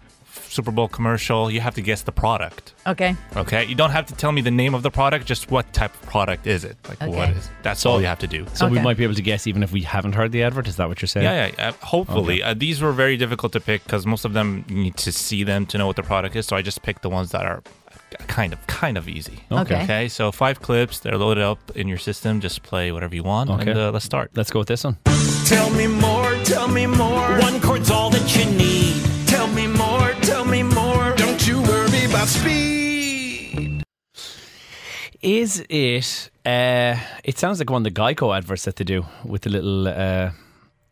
Super Bowl commercial. You have to guess the product.
Okay.
Okay, you don't have to tell me the name of the product, just what type of product is it? Like what
Okay.
is? That's all you have to do.
So we
Okay.
might be able to guess even if we haven't heard the advert. Is that what you're saying?
Yeah, yeah. yeah. Hopefully, uh, these were very difficult to pick because most of them you need to see them to know what the product is. So I just picked the ones that are kind of kind of easy.
Okay.
Okay. So five clips. They're loaded up in your system. Just play whatever you want.
Okay.
And, uh, let's start.
Let's go with this one.
Tell me more, tell me more. One chord's all that you need. Tell me more, tell me more. Don't you worry about speed.
Is it? Uh, it sounds like one of the Geico adverts that they do with the little. Uh,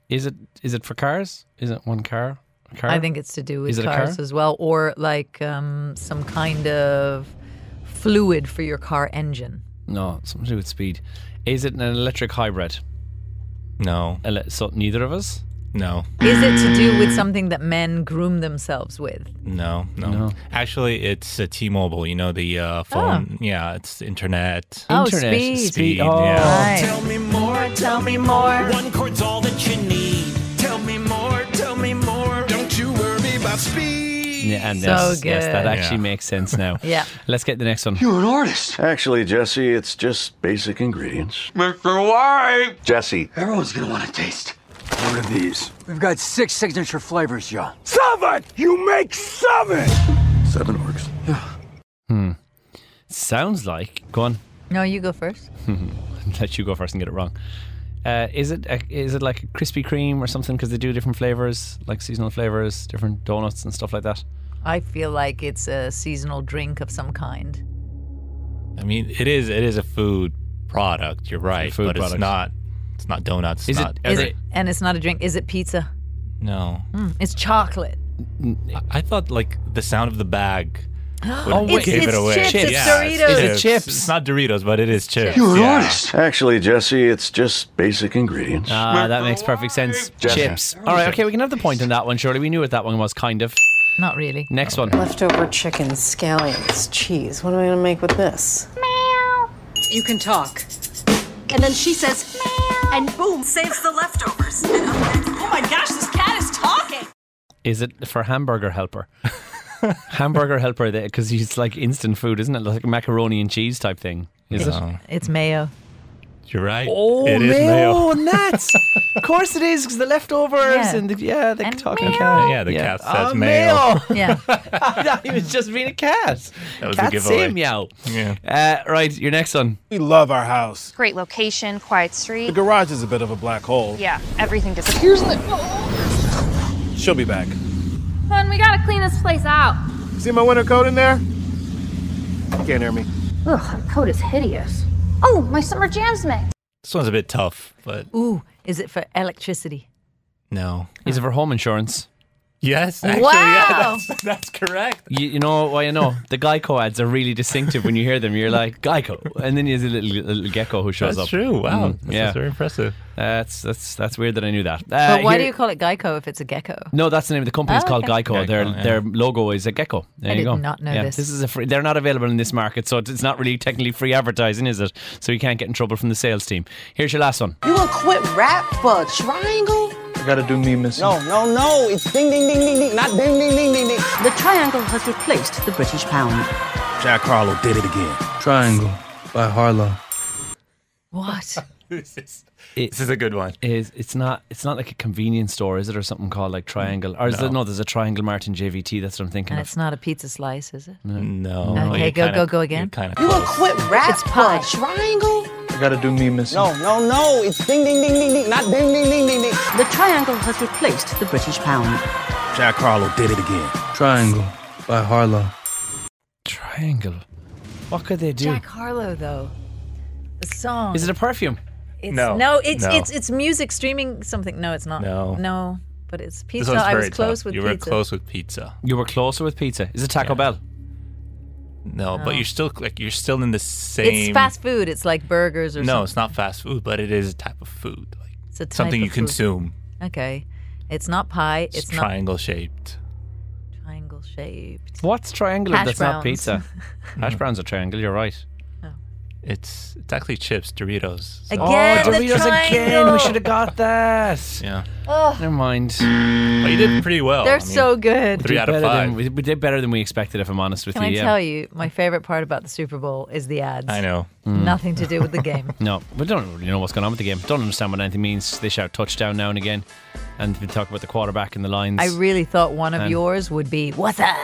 Is it is it for cars? Is it one car? A car?
I think it's to do with
Is it a
cars
car?
as well, or like um, some kind of fluid for your car engine.
No, something to do with speed. Is it an electric hybrid?
No.
Ele- so neither of us.
No.
Is it to do with something that men groom themselves with?
No, no, Actually, it's uh, T-Mobile. You know the uh, phone. Yeah, it's internet.
Oh, Internet. speed. Speed, oh.
Yeah.
Tell me more, tell me more. One cord's all that you need. Tell me more, tell me more. Don't you worry about speed.
Yeah, and
So
yes, yes, that
good.
actually
Yeah.
makes sense now.
Yeah.
Let's get the next one.
You're an artist. Actually, Jesse, it's just basic ingredients.
Mr. White!
Jesse,
Everyone's gonna want to taste.
what are these?
We've got six signature flavors, y'all. Seven! You make seven!
Seven orcs.
Hmm. Sounds like. Go on.
No, you go first.
Let you go first and get it wrong. Uh, is it a, is it like a Krispy Kreme or something? Because they do different flavors, like seasonal flavors, different donuts and stuff like that.
I feel like it's a seasonal drink of some kind.
I mean, it is. It is a food product. You're right,
food
but
product.
it's not. It's not donuts.
Is
It's
it-
not.
Is
every-
it? And it's not a drink. Is it pizza?
No.
Mm, it's chocolate.
I- I thought like the sound of the bag. would
Oh, It's-
give
it's
it away.
chips, it's Doritos.
It's,
Is it
chips. It's not Doritos, but it is chips.
You're an
yeah.
artist. Actually, Jesse, it's just basic ingredients.
Ah, that makes perfect sense.
Jesse.
Chips. All right, okay, we can have the point on that one, surely. We knew what that one was, kind of.
Not really.
Next one.
Leftover chicken, scallions, cheese. What am I gonna make with this?
You can talk. And then she says, meow, and boom, saves the leftovers. And I'm like, oh my gosh, this cat is talking.
Is it for hamburger helper? hamburger helper, because it's like instant food, isn't it? Like macaroni and cheese type thing, is
it's,
it?
it's mayo.
You're right.
Oh,
It is
mayo,
mayo.
and nuts. of course it is, because the leftovers
Yeah.
and the, yeah, the talking cat.
Yeah, the cat says
Ah,
mayo.
yeah.
I thought he was just being a cat.
That was the
cat
giveaway.
say meow.
Yeah.
Uh, right, your next one.
We love our house.
Great location, quiet
The
street.
garage is a bit of a black hole.
Yeah, everything disappears. in the-
She'll be back.
Hun, we gotta clean this place out.
See my winter coat in there? Can't hear me.
Ugh, the coat is hideous. Oh, my summer jams mix.
This one's a bit tough, but
Ooh, is it for electricity?
no.
Is it for home insurance?
Yes, actually, yeah,
wow.
that's, that's correct.
You, you know why you know the Geico ads are really distinctive when you hear them. You're like Geico, and then there's a little, little gecko who shows
That's
up.
true. Wow. That's-
Mm, yeah,
that's very impressive.
that's that's that's weird that I knew that. Uh,
but why do
here-
you call it Geico if it's a gecko?
No, that's the name of the company. It's
Oh,
called
okay.
Geico.
Geico,
their
yeah.
their logo is a gecko. There
I
you
did
go.
not know
yeah,
this.
This is a free, they're not available in this market, so it's not really technically free advertising, is it? So you can't get in trouble from the sales team. Here's your last one.
You gonna quit rap for a triangle?
I gotta do me, miss.
No, no, no. It's ding, ding, ding, ding, ding. Not ding, ding, ding, ding, ding. The triangle has replaced the British pound.
Jack Harlow did it again.
Triangle by Harlow.
What?
this is this is a good one.
Is it's not it's not like a convenience store, is it, or something called like Triangle? Or is
No.
there, no, there's a Triangle Martin JVT. That's what I'm thinking
And
of.
it's not a pizza slice, is it?
No.
Okay, go, go, go again.
You gonna quit rap
It's
for a
pie.
triangle?
I gotta do me, miss.
No, no, no. It's ding, ding, ding, ding, ding. Not ding, ding, ding, ding, ding. The triangle has replaced the British pound.
Jack Harlow did it again.
Triangle by Harlow.
Triangle. What could they do?
Jack Harlow, though. The song.
Is it a perfume?
It's,
No.
No, it's
No.
it's it's music streaming something. No, it's not.
No.
No, but it's
This
pizza.
one's
I was
very
close
tough.
with
you
pizza.
were close with pizza.
You were closer with pizza. Is it Taco Bell?
No,
No.
but you're still like you're still in the same.
Oh. It's fast food. It's like burgers or
No,
something.
it's not fast food, but it is a type of food. Like
It's a type
something
of
you
food.
consume.
Okay, it's not pie. It's,
It's,
not
triangle shaped.
triangle shaped.
What's triangular
Hash
that's not
browns.
pizza? Hash browns are triangle, you're right.
Oh.
It's it's actually chips, Doritos. so-
oh, Doritos again. We should have got that.
Yeah.
Oh,
Never mind.
But you did pretty well.
They're so good.
We did better Than, we, we did better than we expected, if I'm honest with
Can I
you. yeah.
tell you, my favorite part about the Super Bowl is the ads.
I know. Mm.
Nothing to do with the game.
No, we don't really know what's going on with the game. Don't understand what anything means. They shout touchdown now and again, and they talk about the quarterback and the lines.
I really thought one of
And-
yours would be "What's up?"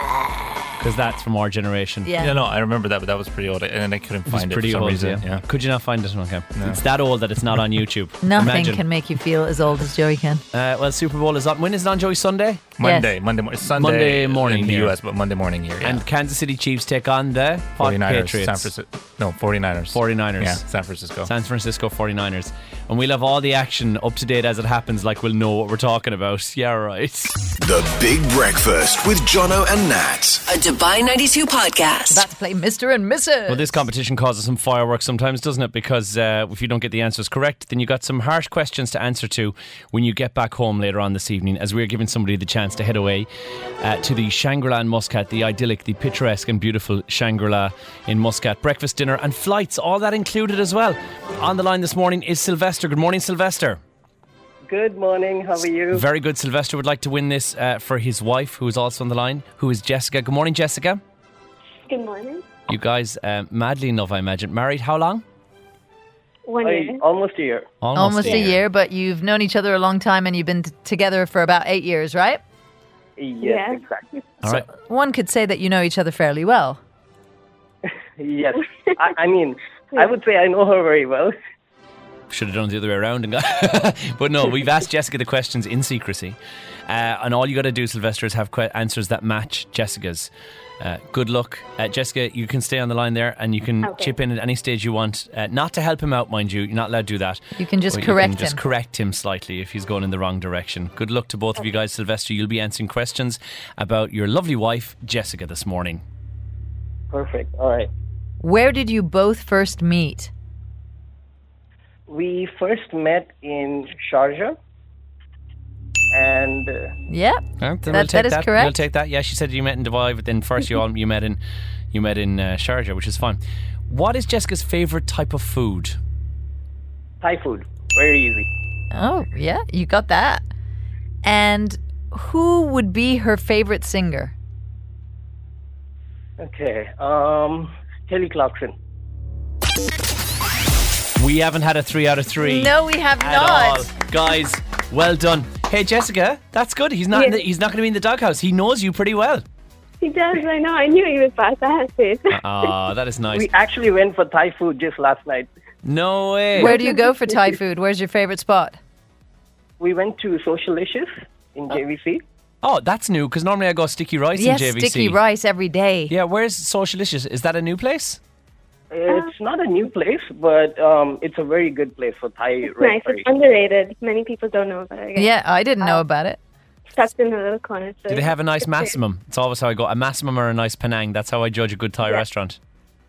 because that's from our generation.
Yeah.
No, no, I remember that, but that was pretty old, and then I couldn't
It's
find it for
pretty
some
old.
reason.
yeah. Could you not find it? Okay. It's that old that it's not on YouTube.
Nothing
Imagine.
can make you feel as old as Joey can.
Uh, well, Super Bowl is on. When is it on, Joey? Sunday?
Monday, Monday morning. Sunday
Monday morning
in the
here.
US, but Monday morning here. Yeah.
And Kansas City Chiefs take on the Hot
49ers,
Patriots.
San Francisco. No, 49ers.
49ers.
Yeah, San Francisco.
San Francisco 49ers. And we'll have all the action up to date as it happens, like we'll know what we're talking about. Yeah, right.
The Big Breakfast with Jono and Nat.
A Dubai 92 podcast.
About to play Mr. and Mrs.
Well, this competition causes some fireworks sometimes, doesn't it? Because uh, if you don't get the answers correct, then you got some harsh questions to answer to when you get back home later on this evening, as we're giving somebody the chance to head away uh, to the Shangri La in Muscat, the idyllic, the picturesque, and beautiful Shangri La in Muscat. Breakfast, dinner, and flights, all that included as well. On the line this morning is Sylvester. Good morning, Sylvester.
Good morning. How are you?
Very good. Sylvester would like to win this uh, for his wife, who is also on the line, who is Jessica. Good morning, Jessica.
Good morning.
You guys, uh, madly in love, I imagine. Married how long?
One
I-
uh,
year.
almost a year.
Almost a year, but you've known each other a long time and you've been t- together for about eight years, right?
Yes,
Yeah.
exactly.
All right.
One could say that you know each other fairly well.
Yes. I, I mean, I would say I know her very well.
Should have done it the other way around and got. but no, we've asked Jessica the questions in secrecy, uh, and all you got to do, Sylvester, is have que- answers that match Jessica's. Uh, good luck, uh, Jessica. You can stay on the line there, and you can
Okay.
chip in at any stage you want. Uh, not to help him out, mind you. You're not allowed to do that.
You can just
But
correct
you can Just
him.
correct him slightly if he's going in the wrong direction. Good luck to both of you guys, Sylvester. You'll be answering questions about your lovely wife, Jessica, this morning.
Perfect. All right.
Where did you both first meet?
We first met in Sharjah, and uh,
Yep.
Yeah, then
That-
we'll take
that is correct.
We'll take that. Yeah, she said you met in Dubai, but then first you all you met in you met in uh, Sharjah, which is fine. What is Jessica's favorite type of food?
Thai food, very easy.
Oh, yeah, you got that. And who would be her favorite singer?
Okay. Um, Kelly Clarkson.
We haven't had a three out of three.
No, we have
at
not.
all. guys. Well done. Hey, Jessica, that's good. He's not. In the, he's not going to be in the doghouse. He knows you pretty well.
He does, I know. I knew he was fast. I had faith.
Ah, that is nice.
We actually went for Thai food just last night.
No way.
Where do you go for Thai food? Where's your favorite spot?
We went to Socialicious in
Uh-huh.
JVC.
Oh, that's new because normally I go sticky rice
yes,
in JVC.
sticky rice every day.
Yeah, where's Socialicious? Is that a new place?
Uh-huh.
It's not a new place, but um, it's a very good place for Thai
nice.
red curry.
It's underrated. Many people don't know about it. I guess.
Yeah, I didn't know about it.
Tucked in a little corner. So
Do they have a nice
it's great.
massimum? It's always how I go. A massimum or a nice Penang. That's how I judge a good Thai restaurant.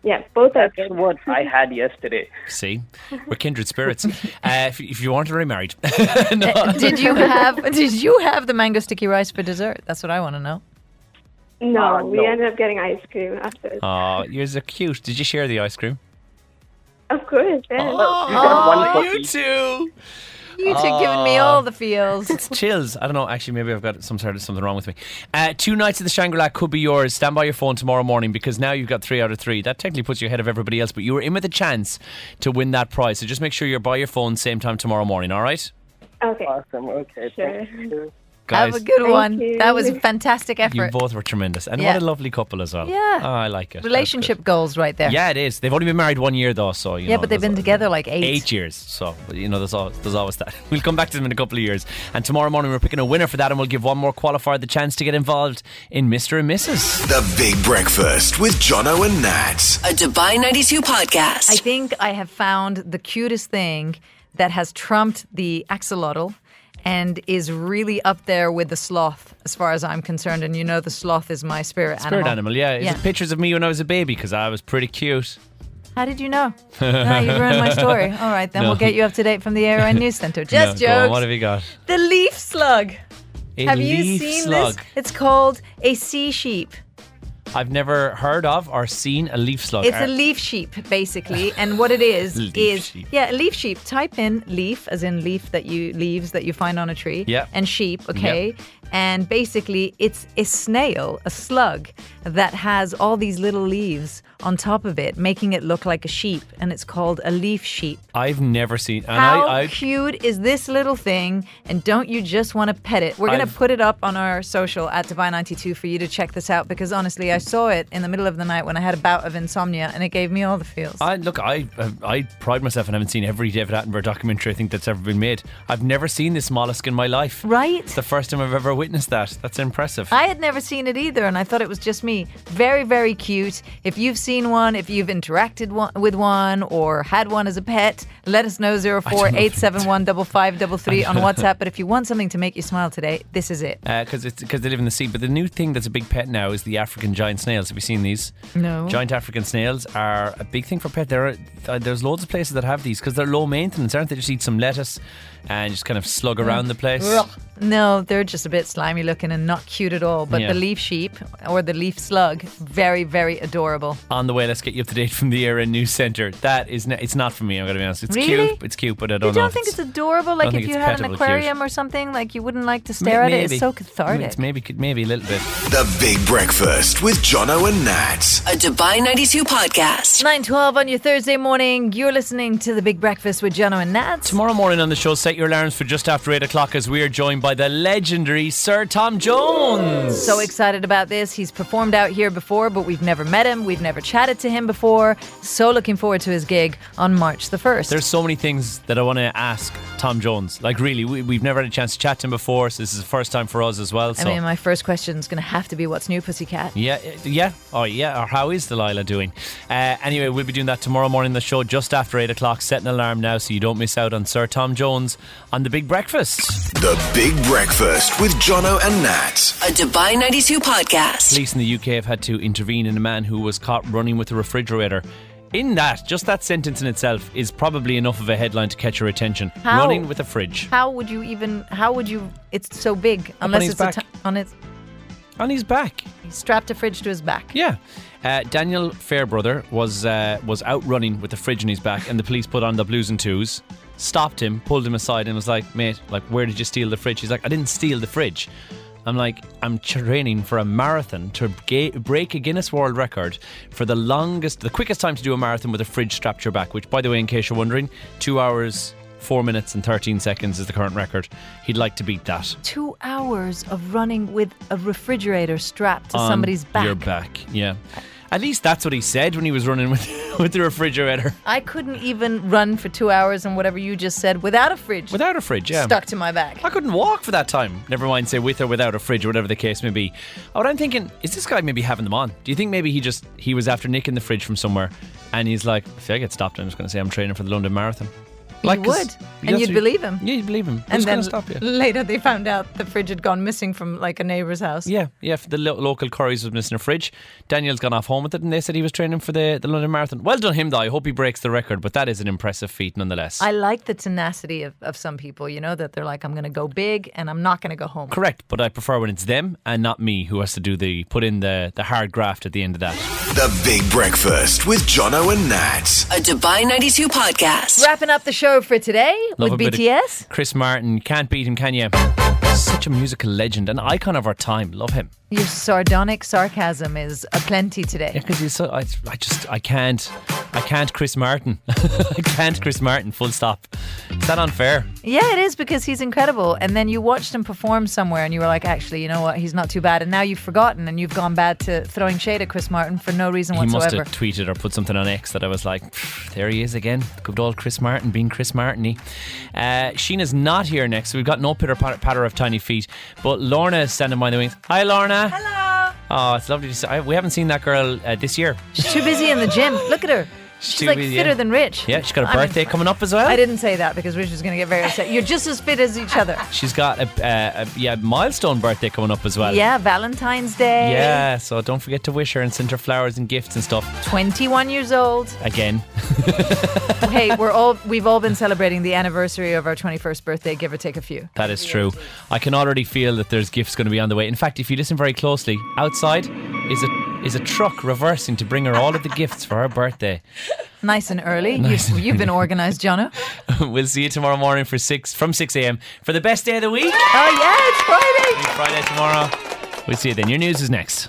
Yeah, both are
Oh,
That's what I had yesterday.
See, we're kindred spirits. uh, if, if you aren't already married, Oh.
Uh, did you have did you have the mango sticky rice for dessert? That's what I want to know.
No,
Ah,
we
no.
ended up getting ice cream after.
oh, you're so cute. Did you share the ice cream?
Of course, yeah.
Oh, you two.
You two giving me
Aw.
all the feels.
Chills. I don't know. Actually, maybe I've got some sort of something wrong with me. Uh, two nights at the Shangri La could be yours. Stand by your phone tomorrow morning because now you've got three out of three. That technically puts you ahead of everybody else, but you were in with a chance to win that prize. So just make sure you're by your phone same time tomorrow morning. All right,
Oh, Okay.
Awesome. Okay.
Sure.
guys.
Have a good
Thank
one.
you.
That was a fantastic
you
effort.
both were tremendous, and
Yeah.
what a lovely couple as well.
Yeah.
Oh, I like it.
Relationship goals right there.
Yeah, it is. They've only been married one year though, so you
yeah,
know,
but they've
there's
been together like eight.
eight years. So you know, there's always, there's always that. We'll come back to them in a couple of years, and tomorrow morning we're picking a winner for that, and we'll give one more qualifier the chance to get involved in Mister and Mrs.
The Big Breakfast with Jono and Nat.
A Dubai 92 podcast.
I think I have found the cutest thing that has trumped the axolotl and is really up there with the sloth as far as I'm concerned. And you know the sloth is my spirit,
Spirit animal, yeah. Is
Yeah.
it pictures of me when I was a baby because I was pretty cute.
How did you know? no, you ruined my story. All right, then
No.
we'll get you up to date from the ARN News Center. Just
no, go on,
jokes.
What have you got?
The leaf slug.
A
Have you
leaf
seen
slug.
this? It's called a sea sheep.
I've never heard of or seen a leaf slug.
It's
Are-
a leaf sheep, basically, and what it is
Leaf
is
sheep.
yeah, a leaf sheep. Type in leaf, as in leaf that you leaves that you find on a tree,
Yeah.
and sheep, okay. And basically, it's a snail, a slug that has all these little leaves on top of it, making it look like a sheep, and it's called a leaf sheep.
I've never seen. And
How
I, I,
cute is this little thing? And don't you just want to pet it? We're going to
I've-
put it up on our social at Dubai92 for you to check this out because honestly, I saw it in the middle of the night when I had a bout of insomnia, and it gave me all the feels.
I look, I I pride myself on having seen every David Attenborough documentary I think that's ever been made. I've never seen this mollusk in my life.
Right?
It's the first time I've ever witnessed that. That's impressive.
I had never seen it either, and I thought it was just me. Very, very cute. If you've seen one, if you've interacted one, with one, or had one as a pet, let us know 048715533 on WhatsApp. But if you want something to make you smile today, this is it.
because Uh, it's because they live in the sea. But the new thing that's a big pet now is the African giant snails. Have you seen these?
No.
Giant African snails are a big thing for pet. There are uh, there's loads of places that have these because they're low maintenance, aren't they? Just eat some lettuce and just kind of slug
Mm.
around the place.
No, they're just a bit slimy looking and not cute at all. But
Yeah.
the leaf sheep or the leaf slug, very, very adorable.
On the way, let's get you up to date from the Era News Centre. That is, n- it's not for me. I'm going to be honest. It's
Really?
cute. It's cute, but I don't
you
know.
don't
if
think it's, adorable? Like
don't
if
think
you
it's
had an
petable
aquarium or something, like you wouldn't like to
May-
stare at it.
maybe.
It's so
It's
cathartic.
maybe maybe a little bit.
The Big Breakfast with Jono and Nat.
A Dubai 92 podcast.
912 on your Thursday morning. You're listening to The Big Breakfast with Jono and Nat.
Tomorrow morning on the show, set your alarms for just after eight o'clock as we are joined by the legendary Sir Tom Jones.
So excited about this. He's performed out here before, but we've never met him. We've never chatted to him before. So looking forward to his gig on March the 1st.
There's so many things that I want to ask Tom Jones. Like, really, we, we've never had a chance to chat to him before, so this is the first time for us as well.
I
So,
mean, my first question is going to have to be what's new, Pussycat?
yeah, uh, yeah, oh, yeah, or how is Delilah doing? Uh, anyway, we'll be doing that tomorrow morning on the show just after eight o'clock. Set an alarm now so you don't miss out on Sir Tom Jones on The Big Breakfast.
The Big Breakfast with Jono and Nat.
A Dubai 92 podcast.
Police in the UK have had to intervene in a man who was caught running with a refrigerator. In that, just that sentence in itself is probably enough of a headline to catch your attention.
How?
Running with a fridge.
How would you even? How would you? It's so big. Unless
his
it's
back.
A t- on its.
On his back.
He strapped a fridge to his back.
Yeah. Uh, Daniel Fairbrother was uh, was out running with the fridge in his back, and the police put on the blues and twos, stopped him, pulled him aside, and was like, "Mate, like, where did you steal the fridge?" He's like, "I didn't steal the fridge." I'm like, "I'm training for a marathon to ga- break a Guinness World Record for the longest, the quickest time to do a marathon with a fridge strapped to your back." Which, by the way, in case you're wondering, two hours. Four minutes and 13 seconds is the current record. He'd like to beat that.
Two hours of running with a refrigerator strapped to
on
somebody's back.
Your back, yeah. At least that's what he said when he was running with with the refrigerator.
I couldn't even run for two hours and whatever you just said without a fridge.
Without a fridge, yeah.
Stuck to my back.
I couldn't walk for that time. Never mind, say with or without a fridge or whatever the case may be. What I'm thinking is this guy maybe having them on. Do you think maybe he just he was after nicking the fridge from somewhere, and he's like, if I get stopped, I'm just going to say I'm training for the London Marathon.
you would,
'cause
and
that's
you'd
what-
believe him.
Yeah, you'd believe him.
And
Who's
then
gonna stop you?
later they found out the fridge had gone missing from like a neighbor's house.
Yeah, yeah. For the lo- local Currys was missing a fridge. Daniel's gone off home with it, and they said he was training for the, the London Marathon. Well done him, though. I hope he breaks the record, but that is an impressive feat nonetheless.
I like the tenacity of, of some people, you know, that they're like, I'm going to go big and I'm not going to go home.
Correct, but I prefer when it's them and not me who has to do the put in the the hard graft at the end of that.
The Big Breakfast with Jono and Nat.
A Dubai 92 podcast.
Wrapping up the show for today
Love a
with
bit of
BTS.
Chris Martin can't beat him, can you? Such a musical legend, an icon of our time. Love him.
Your sardonic sarcasm is aplenty today.
Because he's so, I, I just, I can't, I can't Chris Martin. I can't Chris Martin, full stop. Is that unfair?
Yeah, it is because he's incredible. And then you watched him perform somewhere and you were like, actually, you know what? He's not too bad. And now you've forgotten and you've gone bad to throwing shade at Chris Martin for no reason
He must
whatsoever.
have tweeted or put something on X that I was like, "Pfft, there he is again. Good old Chris Martin being Chris Martin. Uh, Sheena's not here next. We've got no pitter pat- patter of tiny feet, but Lorna is standing by the wings. Hi, Lorna. Hello. Oh, it's lovely to see. I, we haven't seen that girl uh, this year.
She's too busy in the gym. Look at her. She's
too
like
busy,
fitter
yeah.
than Rich.
Yeah, she's got a
I mean,
birthday coming up as well.
I didn't say that because Rich was going to get very upset. You're just as fit as each other.
She's got a, uh, a yeah milestone birthday coming up as well.
Yeah, Valentine's Day.
Yeah, so don't forget to wish her and send her flowers and gifts and stuff.
21 years old.
Again.
hey, we're all we've all been celebrating the anniversary of our 21st birthday, give or take a few.
That is true. I can already feel that there's gifts going to be on the way. In fact, if you listen very closely, outside is a is a truck reversing to bring her all of the gifts for her birthday.
Nice and early.
Nice
You've,
and
you've been organized, Jono.
we'll see you tomorrow morning for six from six a.m. for the best day of the week.
Oh yeah, it's Friday.
Friday tomorrow. We'll see you then. Your news is next.